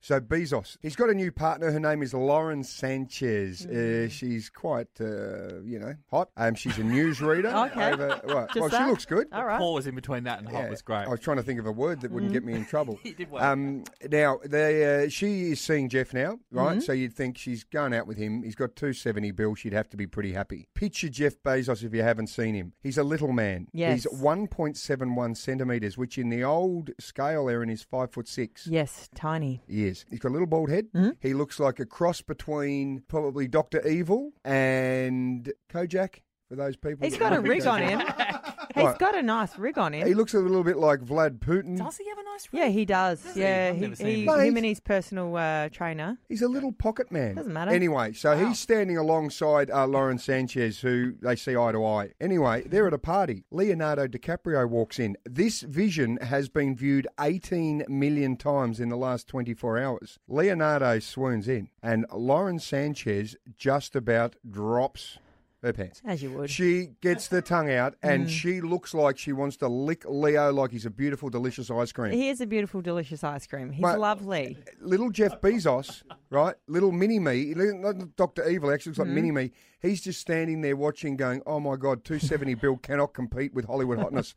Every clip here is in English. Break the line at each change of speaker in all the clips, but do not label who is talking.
So Bezos, he's got a new partner. Her name is Lauren Sanchez. Uh,
Mm.
she's quite, uh, you know, hot. Um, she's a newsreader.
Okay.
over- well,
Just
well, she
that?
looks good.
All right.
Pause in between Oh, that and hot
Yeah, Oh,
was great. Mm.
I was trying to think of a word that wouldn't get me in trouble.
You did well.
Um, now, they, uh, she is seeing Jeff now,
Mm-hmm.
right? So you'd think she's going out with him. He's got 270 bill. She'd have to be pretty happy. Picture Jeff Bezos if you haven't seen him. He's a little man.
Yes.
He's 1.71 centimetres, which in the old scale, Erin, is five foot six.
Yes, tiny.
He is. He's got a little bald head.
Mm-hmm.
He looks like a cross between probably Doctor Evil and Kojak. For those people,
He's
that
got a
like
rig on
Kojak.
him. He's
What?
got a nice rig on
He
him.
looks a little bit like Vlad Putin.
Does he have a nice
Yeah, he does.
Does he?
yeah,
I've
he,
never seen
he,
him.
But
him
he's-
and his personal uh, trainer.
He's a little pocket man.
Doesn't matter.
Anyway, so
Wow.
he's standing alongside uh, Lauren Sanchez, who they see eye to eye. Anyway, they're at a party. Leonardo DiCaprio walks in. This vision has been viewed 18 million times in the last 24 hours. Leonardo swoons in, and Lauren Sanchez just about drops her pants.
As you would.
She gets the tongue out,
Mm.
and she looks like she wants to lick Leo like he's a beautiful, delicious ice cream.
He is a beautiful, delicious ice cream. He's
Mate.
lovely.
little Jeff Bezos, right? Little mini me, not Doctor Evil. Actually, looks like mini
Mm-hmm.
me. He's just standing there watching, going, "Oh my God, two seventy bill cannot compete with Hollywood hotness."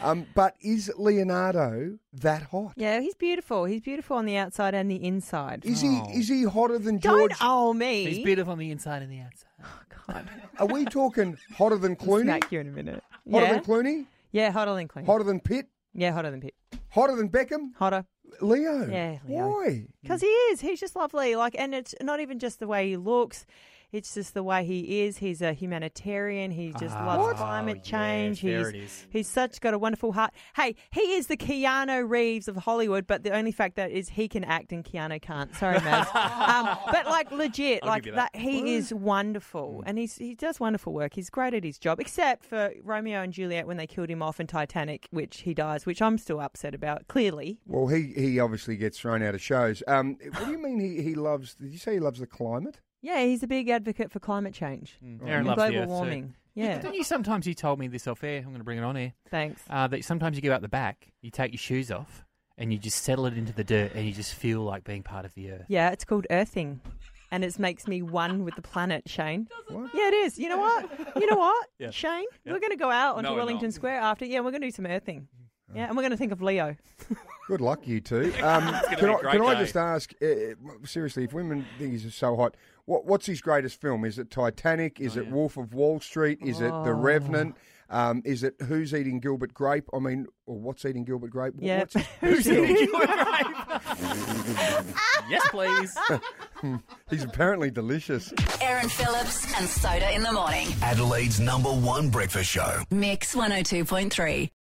um, but is Leonardo that hot?
Yeah, he's beautiful. He's beautiful on the outside and the inside.
Is he is he hotter than
Oh. Don't
George?
owe me.
He's beautiful on the inside and the outside.
God,
Are we talking hotter than
I'll
Clooney?
smack you in a minute.
Hotter
Yeah,
than Clooney?
yeah, hotter than Clooney.
Hotter than Pitt?
Yeah, hotter than Pitt.
Hotter than Beckham?
Hotter.
Leo?
Yeah, Leo.
Why?
Mm.
Because he is. He's just lovely. Like, and it's not even just the way he looks. It's just the way he is. He's a humanitarian. He just
Ah,
loves climate change.
yeah,
he's
Oh, there it is.
he's such got a wonderful heart. Hey, he is the Keanu Reeves of Hollywood. But the only fact that is he can act and Keanu can't. Sorry, Maz. um, but like legit, like
give you
that.
that. Mm.
he is wonderful, and he's he does wonderful work. He's great at his job, except for Romeo and Juliet when they killed him off in Titanic, which he dies, which I'm still upset about. Clearly,
Well, he, he obviously gets thrown out of shows. Um, what do you mean he, he loves? Did you say he loves the climate?
Yeah, he's a big advocate for climate change and
Aaron loves
global
the earth too.
warming. Yeah,
Don't you sometimes you told me this off air? I'm going to bring it on air.
thanks.
Uh, that sometimes you go out the back, you take your shoes off, and you just settle it into the dirt, and you just feel like being part of the earth.
Yeah, it's called earthing, and it makes me one with the planet, Shane.
What?
Yeah, it is. You know what? You know what,
Yeah.
Shane? We're going to go out onto
No, we're
Wellington
not. Mm-hmm.
Square after. Yeah, we're going to do some earthing. Yeah, and we're going to think of Leo.
Good luck, you two. Um,
be
can
a
I,
great
can I
day.
just ask, uh, seriously, if women think he's so hot, what, what's his greatest film? Is it Titanic?
Oh,
Is it Wolf of Wall Street? Is it
Oh.
The Revenant? Um, is it Who's Eating Gilbert Grape? I mean, or What's Eating Gilbert Grape? Wh-
Yeah.
What's his
Who's
best film?
yes, please.
He's apparently delicious.
Aaron Phillips and Soda in the morning. oh
Adelaide's number one breakfast show.
Mix 102.3.